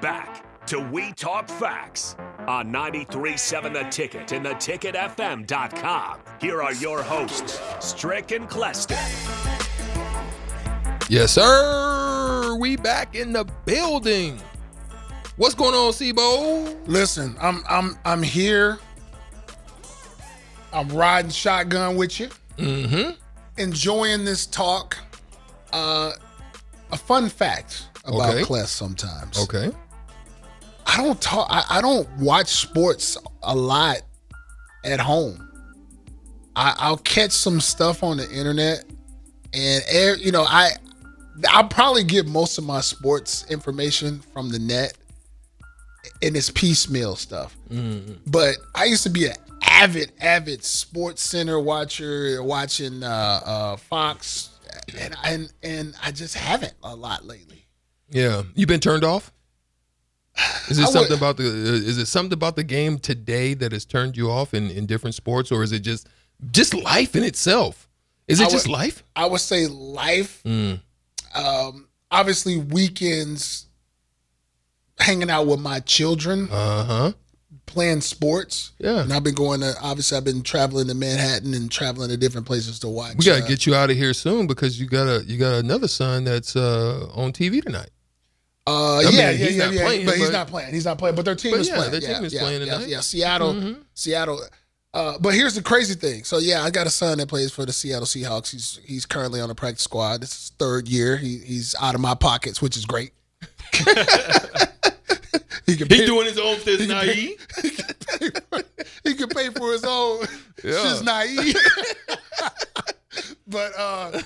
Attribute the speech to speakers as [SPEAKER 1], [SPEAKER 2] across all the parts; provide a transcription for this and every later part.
[SPEAKER 1] back to We Talk Facts on 937 The Ticket and theticketfm.com. Here are your hosts, Strick and Clester.
[SPEAKER 2] Yes, sir. We back in the building. What's going on, Sibo?
[SPEAKER 3] Listen, I'm I'm I'm here. I'm riding shotgun with you,
[SPEAKER 2] Mm-hmm.
[SPEAKER 3] enjoying this talk. Uh, a fun fact about
[SPEAKER 2] Okay.
[SPEAKER 3] Kless sometimes.
[SPEAKER 2] Okay.
[SPEAKER 3] I don't talk. I, I don't watch sports a lot at home. I, I'll catch some stuff on the internet, and eh, you know, I I probably get most of my sports information from the net, and it's piecemeal stuff. But I used to be an avid, avid Sports Center watcher, watching uh, uh, Fox, and, and and I just haven't a lot lately.
[SPEAKER 2] Yeah. You been turned off? Is it
[SPEAKER 3] I would-
[SPEAKER 2] something about the uh, is it something about the game today that has turned you off in, in different sports or is it just just life in itself? Is it
[SPEAKER 3] I
[SPEAKER 2] just
[SPEAKER 3] would-
[SPEAKER 2] life?
[SPEAKER 3] I would say life.
[SPEAKER 2] Mm.
[SPEAKER 3] Um, obviously, weekends, hanging out with my children,
[SPEAKER 2] Uh-huh.
[SPEAKER 3] playing sports.
[SPEAKER 2] Yeah.
[SPEAKER 3] And I've been going to, obviously, I've been traveling to Manhattan and traveling to different places to watch.
[SPEAKER 2] We gotta
[SPEAKER 3] uh,
[SPEAKER 2] get you out of here soon because you got a you got another son that's uh on TV tonight.
[SPEAKER 3] Uh,
[SPEAKER 2] I
[SPEAKER 3] yeah,
[SPEAKER 2] mean,
[SPEAKER 3] yeah,
[SPEAKER 2] he's
[SPEAKER 3] yeah,
[SPEAKER 2] not
[SPEAKER 3] yeah.
[SPEAKER 2] playing,
[SPEAKER 3] but he's
[SPEAKER 2] but-
[SPEAKER 3] not playing. He's not playing. But their team
[SPEAKER 2] But
[SPEAKER 3] is
[SPEAKER 2] yeah,
[SPEAKER 3] playing.
[SPEAKER 2] their team is
[SPEAKER 3] yeah,
[SPEAKER 2] playing Mm-hmm.
[SPEAKER 3] yeah,
[SPEAKER 2] tonight.
[SPEAKER 3] Yeah, Seattle, Seattle. Uh, but here's the crazy thing. So yeah, I got a son that plays for the Seattle Seahawks. He's he's currently on the practice squad. This is his third year. He, he's out of my pockets, which is great. he can pay,
[SPEAKER 2] doing his own thing, naive.
[SPEAKER 3] he can pay for his own.
[SPEAKER 2] Yeah.
[SPEAKER 3] It's just naive. but uh,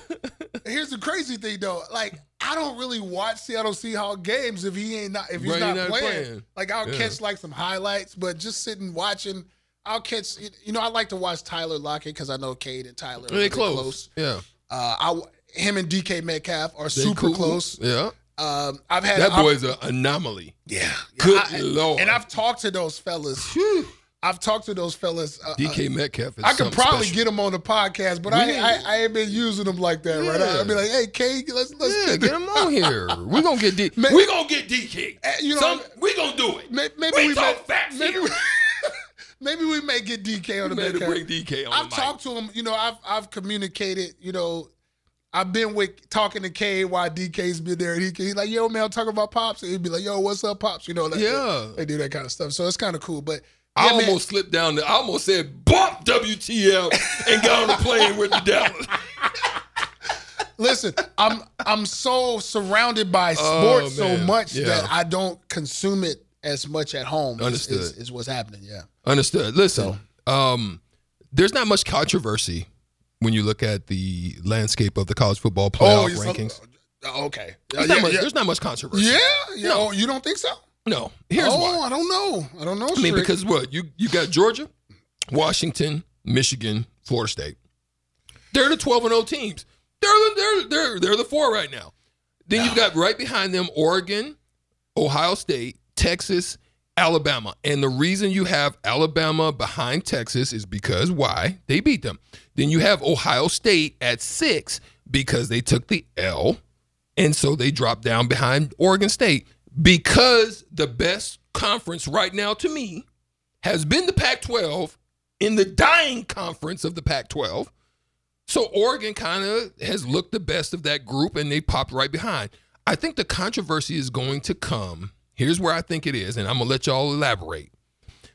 [SPEAKER 3] here's the crazy thing though. Like I don't really watch Seattle Seahawks games if he ain't not if he's
[SPEAKER 2] Right,
[SPEAKER 3] not,
[SPEAKER 2] not
[SPEAKER 3] playing.
[SPEAKER 2] playing.
[SPEAKER 3] Like I'll
[SPEAKER 2] Yeah.
[SPEAKER 3] catch like some highlights, but just sitting watching. I'll catch, you know, I like to watch Tyler Lockett because I know Cade and Tyler are
[SPEAKER 2] They
[SPEAKER 3] really
[SPEAKER 2] close.
[SPEAKER 3] close.
[SPEAKER 2] Yeah.
[SPEAKER 3] Uh, I, him and DK Metcalf are
[SPEAKER 2] They
[SPEAKER 3] super
[SPEAKER 2] cool.
[SPEAKER 3] close.
[SPEAKER 2] Yeah.
[SPEAKER 3] Um, I've had
[SPEAKER 2] That
[SPEAKER 3] I've-
[SPEAKER 2] boy's an anomaly.
[SPEAKER 3] yeah,
[SPEAKER 2] Good
[SPEAKER 3] I-
[SPEAKER 2] lord.
[SPEAKER 3] and I've talked to those fellas. I've talked to those fellas. Uh, uh,
[SPEAKER 2] DK Metcalf is
[SPEAKER 3] I could
[SPEAKER 2] something
[SPEAKER 3] probably
[SPEAKER 2] special.
[SPEAKER 3] get him on the podcast, but I,
[SPEAKER 2] We-
[SPEAKER 3] I I ain't been using them like that right
[SPEAKER 2] Yeah.
[SPEAKER 3] now. I'd be like, hey, K, let's let's
[SPEAKER 2] Yeah, get him on here. We're gonna get D.
[SPEAKER 3] Man-
[SPEAKER 2] We're gonna get DK.
[SPEAKER 3] Eh, you know-
[SPEAKER 2] we're gonna do it.
[SPEAKER 3] May- maybe
[SPEAKER 2] We
[SPEAKER 3] we,
[SPEAKER 2] talk
[SPEAKER 3] may,
[SPEAKER 2] facts
[SPEAKER 3] maybe,
[SPEAKER 2] here.
[SPEAKER 3] we, maybe we may get DK on the
[SPEAKER 2] We better bring
[SPEAKER 3] podcast.
[SPEAKER 2] DK on
[SPEAKER 3] I've
[SPEAKER 2] the mic.
[SPEAKER 3] talked to him. You know, I've I've communicated. You know, I've been with talking to K while DK's been there, and he he's like, yo, man, I'm talking about pops, and he'd be like, yo, what's up, pops? You know, like
[SPEAKER 2] Yeah.
[SPEAKER 3] they, do that kind of stuff. So it's kind of cool, but.
[SPEAKER 2] I
[SPEAKER 3] yeah, man.
[SPEAKER 2] almost slipped down. The, I almost said bump WTF and got on the plane with the Dallas.
[SPEAKER 3] Listen, I'm I'm so surrounded by
[SPEAKER 2] Oh,
[SPEAKER 3] sports so
[SPEAKER 2] man.
[SPEAKER 3] much
[SPEAKER 2] Yeah.
[SPEAKER 3] that I don't consume it as much at home. is-
[SPEAKER 2] Understood.
[SPEAKER 3] Is, is what's happening. Yeah.
[SPEAKER 2] Understood. Listen, um, there's not much controversy when you look at the landscape of the college football playoff
[SPEAKER 3] Oh, it's-
[SPEAKER 2] rankings.
[SPEAKER 3] oh, okay.
[SPEAKER 2] There's,
[SPEAKER 3] yeah,
[SPEAKER 2] not much,
[SPEAKER 3] yeah.
[SPEAKER 2] there's not much controversy.
[SPEAKER 3] yeah. yeah. Oh, you don't think so?
[SPEAKER 2] No. Here's
[SPEAKER 3] oh,
[SPEAKER 2] why.
[SPEAKER 3] I don't know. I don't know.
[SPEAKER 2] I mean,
[SPEAKER 3] Shriek.
[SPEAKER 2] because what you you got Georgia, Washington, Michigan, Florida State. They're the twelve and zero teams. They're the, they're they're they're the four right now. Then you've got right behind them Oregon, Ohio State, Texas, Alabama. And the reason you have Alabama behind Texas is because why? They beat them. Then you have Ohio State at 6 because they took the L and so they dropped down behind Oregon State because the best conference right now to me has been the Pac 12 in the dying conference of the Pac 12. So Oregon kind of has looked the best of that group and they popped right behind. I think the controversy is going to come. Here's where I think it is, and I'm gonna let y'all elaborate.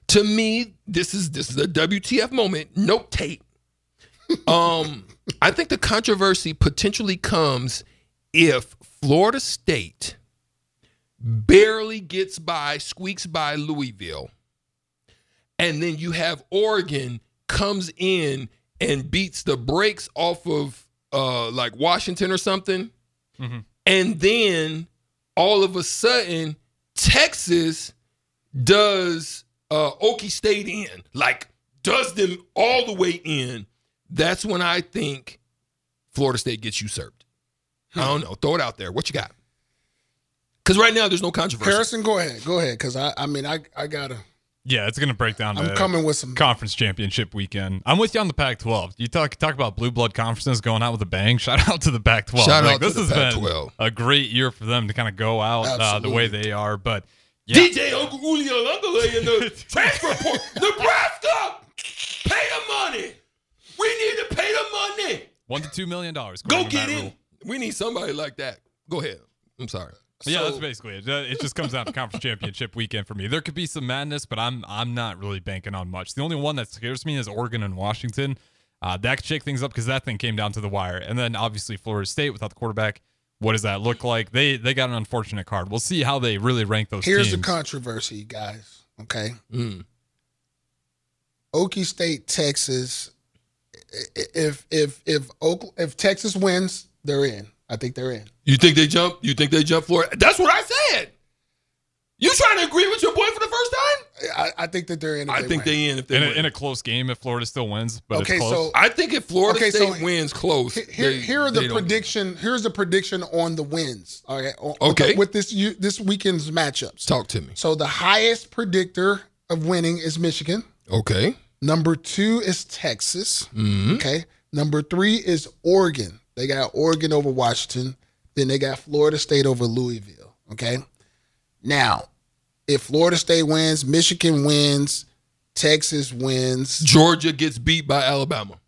[SPEAKER 2] To me, this is this is a WTF moment. Note tape. Um, I think the controversy potentially comes if Florida State barely gets by, squeaks by Louisville, and then you have Oregon comes in and beats the brakes off of uh like Washington or something. And then all of a sudden Texas does uh Okie State in, like does them all the way in. That's when I think Florida State gets usurped. I don't know. Throw it out there. What you got? Because right now there's no controversy.
[SPEAKER 3] Harrison, go ahead. Go ahead. Because I, I mean, I, I gotta.
[SPEAKER 4] Yeah, it's going to break down.
[SPEAKER 3] I'm
[SPEAKER 4] to
[SPEAKER 3] coming with some.
[SPEAKER 4] conference championship weekend. I'm with you on the Pac-12. You talk talk about blue blood conferences going out with a bang. Shout out to the Pac-12.
[SPEAKER 2] Shout out to
[SPEAKER 4] this
[SPEAKER 2] the
[SPEAKER 4] has been
[SPEAKER 2] Pac-12.
[SPEAKER 4] a great year for them to kind of go out uh, the way
[SPEAKER 3] Absolutely.
[SPEAKER 4] they are. But
[SPEAKER 2] DJ Uncle Uli Alungale in the transfer port. Nebraska, pay the money. We need to pay the money.
[SPEAKER 4] One to two million dollars.
[SPEAKER 2] Go
[SPEAKER 4] according to
[SPEAKER 2] get
[SPEAKER 4] that
[SPEAKER 2] it.
[SPEAKER 4] rule.
[SPEAKER 2] We need somebody like that. Go ahead. I'm sorry.
[SPEAKER 4] yeah,
[SPEAKER 3] So-
[SPEAKER 4] that's basically it. Uh, It just comes down to conference championship weekend for me. There could be some madness, but I'm I'm not really banking on much. The only one that scares me is Oregon and Washington. Uh, that could shake things up because that thing came down to the wire. And then obviously Florida State without the quarterback. What does that look like? They they got an unfortunate card. We'll see how they really rank those
[SPEAKER 3] Here's the
[SPEAKER 4] teams.
[SPEAKER 3] controversy, guys. Okay.
[SPEAKER 2] Mm.
[SPEAKER 3] Okie State, Texas. i- i- If if if Oak, if Texas wins, they're in. I think they're in.
[SPEAKER 2] You think they jump? You think they jump Florida? That's what I said. You trying to agree with your boy for the first time?
[SPEAKER 3] I, I think that they're in. if
[SPEAKER 2] I think
[SPEAKER 3] win.
[SPEAKER 2] they in if they
[SPEAKER 4] in a,
[SPEAKER 2] win.
[SPEAKER 4] in a close game if Florida still wins, but
[SPEAKER 3] Okay,
[SPEAKER 4] it's close.
[SPEAKER 3] so-
[SPEAKER 2] I think if Florida
[SPEAKER 3] Okay, so
[SPEAKER 2] State wins close,
[SPEAKER 3] Here- Here,
[SPEAKER 2] they-
[SPEAKER 3] here are
[SPEAKER 2] they
[SPEAKER 3] the
[SPEAKER 2] don't-
[SPEAKER 3] prediction. Here's the prediction on the wins. All right. on-
[SPEAKER 2] Okay.
[SPEAKER 3] With, this you, this weekend's matchups.
[SPEAKER 2] Talk to me.
[SPEAKER 3] So the highest predictor of winning is Michigan.
[SPEAKER 2] Okay.
[SPEAKER 3] Number two is Texas.
[SPEAKER 2] Mm-hmm.
[SPEAKER 3] Okay. Number three is Oregon. They got Oregon over Washington. Then they got Florida State over Louisville. Okay. Now, if Florida State wins, Michigan wins, Texas wins.
[SPEAKER 2] Georgia gets beat by Alabama.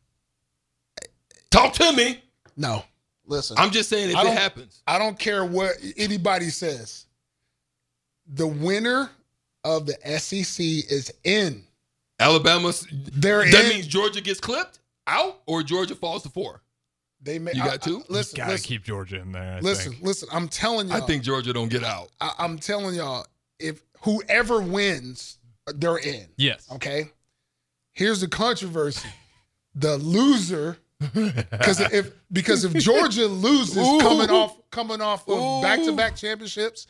[SPEAKER 2] Talk to me.
[SPEAKER 3] No. Listen.
[SPEAKER 2] I'm just saying if
[SPEAKER 3] I
[SPEAKER 2] it
[SPEAKER 3] don't-
[SPEAKER 2] happens.
[SPEAKER 3] I don't care what anybody says. The winner of the SEC is in.
[SPEAKER 2] Alabama.
[SPEAKER 3] They're
[SPEAKER 2] That
[SPEAKER 3] in.
[SPEAKER 2] means Georgia gets clipped out, or Georgia falls to four.
[SPEAKER 3] they may,
[SPEAKER 2] You got two?
[SPEAKER 3] I, I, listen,
[SPEAKER 4] gotta
[SPEAKER 3] listen,
[SPEAKER 4] keep Georgia in there. I
[SPEAKER 3] listen,
[SPEAKER 4] think.
[SPEAKER 3] listen. I'm telling
[SPEAKER 2] I
[SPEAKER 3] y'all.
[SPEAKER 2] think Georgia don't get out.
[SPEAKER 3] I, I'm telling y'all. If whoever wins, they're in.
[SPEAKER 4] Yes.
[SPEAKER 3] Okay. Here's the controversy. The loser, because if because if Georgia loses
[SPEAKER 2] Ooh.
[SPEAKER 3] coming off coming off of
[SPEAKER 2] Ooh.
[SPEAKER 3] back to back championships,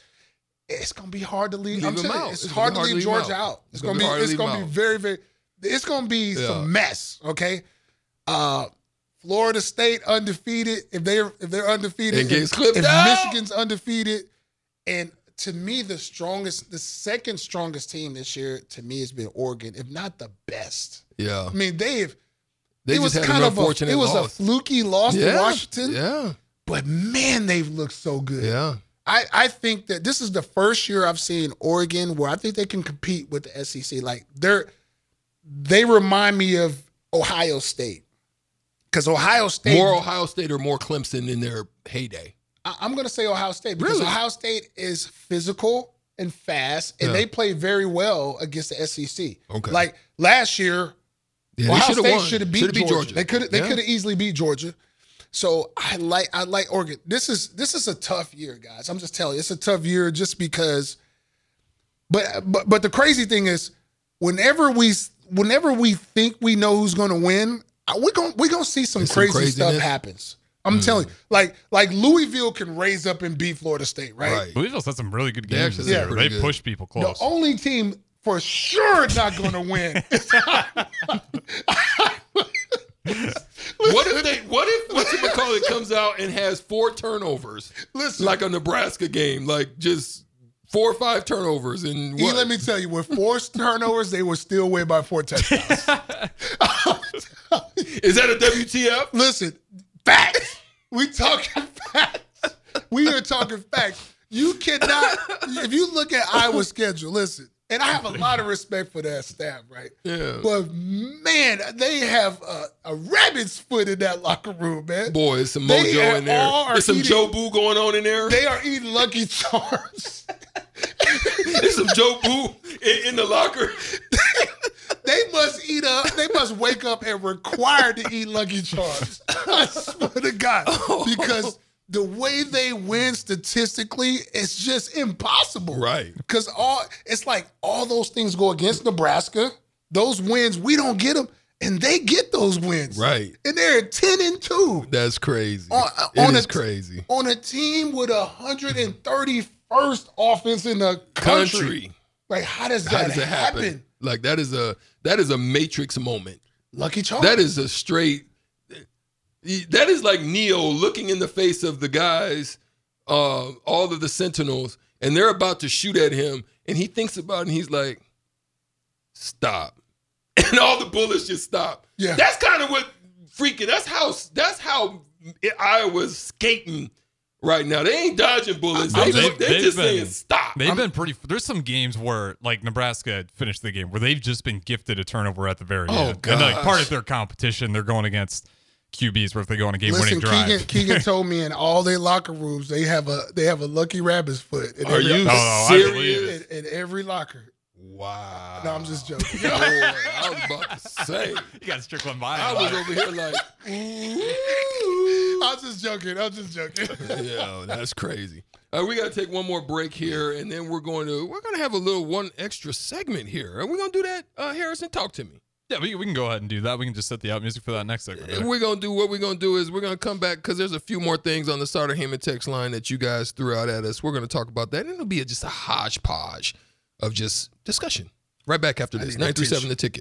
[SPEAKER 3] it's gonna be hard to leave.
[SPEAKER 2] Leave
[SPEAKER 3] I'm
[SPEAKER 2] them
[SPEAKER 3] telling you,
[SPEAKER 2] out.
[SPEAKER 3] it's,
[SPEAKER 2] It's
[SPEAKER 3] hard to
[SPEAKER 2] gonna be
[SPEAKER 3] leave
[SPEAKER 2] hard
[SPEAKER 3] Georgia out. It's, gonna,
[SPEAKER 2] hard
[SPEAKER 3] be
[SPEAKER 2] to
[SPEAKER 3] it's
[SPEAKER 2] leave
[SPEAKER 3] gonna be
[SPEAKER 2] them out.
[SPEAKER 3] very very. It's gonna be
[SPEAKER 2] Yeah.
[SPEAKER 3] some mess. Okay. Uh, Florida State undefeated. If they're if they're undefeated,
[SPEAKER 2] It gets
[SPEAKER 3] if-
[SPEAKER 2] clipped
[SPEAKER 3] if
[SPEAKER 2] out.
[SPEAKER 3] Michigan's undefeated, and to me, the strongest, the second strongest team this year, to me, has been Oregon, if not the best.
[SPEAKER 2] Yeah,
[SPEAKER 3] I mean, they've
[SPEAKER 2] they
[SPEAKER 3] it was
[SPEAKER 2] just had
[SPEAKER 3] kind
[SPEAKER 2] an
[SPEAKER 3] of a
[SPEAKER 2] unfortunate
[SPEAKER 3] it was a
[SPEAKER 2] loss.
[SPEAKER 3] fluky loss
[SPEAKER 2] yeah.
[SPEAKER 3] to Washington,
[SPEAKER 2] Yeah,
[SPEAKER 3] but man, they've looked so good.
[SPEAKER 2] yeah.
[SPEAKER 3] I I think that this is the first year I've seen Oregon where I think they can compete with the SEC. Like they're they remind me of Ohio State because Ohio State
[SPEAKER 2] More Ohio State or more Clemson in their heyday.
[SPEAKER 3] I- I'm going to say Ohio State because
[SPEAKER 2] Really?
[SPEAKER 3] Ohio State is physical and fast, and
[SPEAKER 2] Yeah.
[SPEAKER 3] they play very well against the SEC.
[SPEAKER 2] Okay.
[SPEAKER 3] like last year,
[SPEAKER 2] Yeah,
[SPEAKER 3] Ohio
[SPEAKER 2] should've
[SPEAKER 3] State
[SPEAKER 2] won.
[SPEAKER 3] should have beat
[SPEAKER 2] Should've
[SPEAKER 3] Georgia. They could they
[SPEAKER 2] Yeah.
[SPEAKER 3] could have easily beat Georgia. So I like I like Oregon. This is this is a tough year, guys. I'm just telling you, it's a tough year just because. But but but the crazy thing is, whenever we whenever we think we know who's going to win, we're going we're going to see some
[SPEAKER 2] There's some
[SPEAKER 3] crazy stuff
[SPEAKER 2] craziness. Mm.
[SPEAKER 3] happens. I'm telling you, like like Louisville can raise up and beat Florida State, right?
[SPEAKER 2] Right.
[SPEAKER 4] Louisville's had some really good
[SPEAKER 2] They
[SPEAKER 4] games.
[SPEAKER 2] actually
[SPEAKER 4] this
[SPEAKER 2] did
[SPEAKER 4] year.
[SPEAKER 2] pretty
[SPEAKER 4] They
[SPEAKER 2] good.
[SPEAKER 4] pushed people
[SPEAKER 3] The
[SPEAKER 4] close.
[SPEAKER 3] only team for sure not going to win.
[SPEAKER 2] What if they? What if what if McCauley comes out and has four turnovers,
[SPEAKER 3] Listen,
[SPEAKER 2] like a Nebraska game, like just four or five turnovers, and
[SPEAKER 3] E,
[SPEAKER 2] what?
[SPEAKER 3] let me tell you, with four turnovers, they will still win by four touchdowns.
[SPEAKER 2] is that a WTF?
[SPEAKER 3] Listen, facts. We talking facts. We are talking facts. You cannot, if you look at Iowa's schedule, listen, and I have a lot of respect for that staff, right?
[SPEAKER 2] Yeah.
[SPEAKER 3] But man, they have a, a rabbit's foot in that locker room, man.
[SPEAKER 2] Boy, it's some
[SPEAKER 3] They
[SPEAKER 2] mojo
[SPEAKER 3] are-
[SPEAKER 2] in there.
[SPEAKER 3] all are
[SPEAKER 2] There's some
[SPEAKER 3] eating-
[SPEAKER 2] Joe Boo going on in there.
[SPEAKER 3] They are eating Lucky Charms.
[SPEAKER 2] There's some Joe Boo in, in the locker.
[SPEAKER 3] They must eat up. They must wake up and required to eat Lucky Charms. I swear to God, because the way they win statistically is just impossible.
[SPEAKER 2] Right.
[SPEAKER 3] Because all it's like all those things go against Nebraska. Those wins we don't get them, and they get those wins.
[SPEAKER 2] Right.
[SPEAKER 3] And they're ten and two
[SPEAKER 2] That's crazy.
[SPEAKER 3] On-
[SPEAKER 2] It
[SPEAKER 3] on
[SPEAKER 2] is
[SPEAKER 3] a-
[SPEAKER 2] crazy.
[SPEAKER 3] on a team with a hundred and thirty first offense in the country.
[SPEAKER 2] Country.
[SPEAKER 3] Like, how does that,
[SPEAKER 2] How does it
[SPEAKER 3] happen?
[SPEAKER 2] happen? Like that is a that is a matrix moment.
[SPEAKER 3] Lucky Charms.
[SPEAKER 2] That is a straight. That is like Neo looking in the face of the guys, uh, all of the Sentinels, and they're about to shoot at him, and he thinks about it, and he's like, "Stop!" And all the bullets just stop.
[SPEAKER 3] Yeah.
[SPEAKER 2] that's kind of what freaking. That's how. That's how Iowa's skating right now. They ain't dodging bullets. They,
[SPEAKER 4] They've-
[SPEAKER 2] just, they
[SPEAKER 4] they've
[SPEAKER 2] just
[SPEAKER 4] been-
[SPEAKER 2] saying stop.
[SPEAKER 4] They've been pretty. There's some games where, like Nebraska finished the game, where they've just been gifted a turnover at the very
[SPEAKER 3] Oh,
[SPEAKER 4] end. And like part
[SPEAKER 3] gosh.
[SPEAKER 4] of their competition, they're going against QBs where if they go on a
[SPEAKER 3] Listen,
[SPEAKER 4] game-winning
[SPEAKER 3] Keegan,
[SPEAKER 4] drive.
[SPEAKER 3] Keegan told me in all their locker rooms they have a they have a lucky rabbit's foot. In
[SPEAKER 2] Are
[SPEAKER 3] every,
[SPEAKER 2] you
[SPEAKER 4] No, no, I believe
[SPEAKER 2] serious?
[SPEAKER 4] it.
[SPEAKER 3] in, in every locker?
[SPEAKER 2] Wow.
[SPEAKER 3] No, I'm just joking.
[SPEAKER 2] Boy, I was about to say.
[SPEAKER 4] you got Strickland by.
[SPEAKER 2] I was over here like,
[SPEAKER 3] I'm just joking. I'm just joking.
[SPEAKER 2] yo, that's crazy. Uh, we got to take one more break here, and then we're going to we're going to have a little one extra segment here. Are we going to do that, uh, Harrison? Talk to me.
[SPEAKER 4] yeah, we, we can go ahead and do that. We can just set the out music for that next segment.
[SPEAKER 2] And we're gonna do what we're gonna do is we're gonna come back because there's a few more things on the starter Heyman text line that you guys threw out at us. We're gonna talk about that, and it'll be a, just a hodgepodge of just discussion. Right back after this.
[SPEAKER 3] need that
[SPEAKER 2] Nine three seven, the ticket.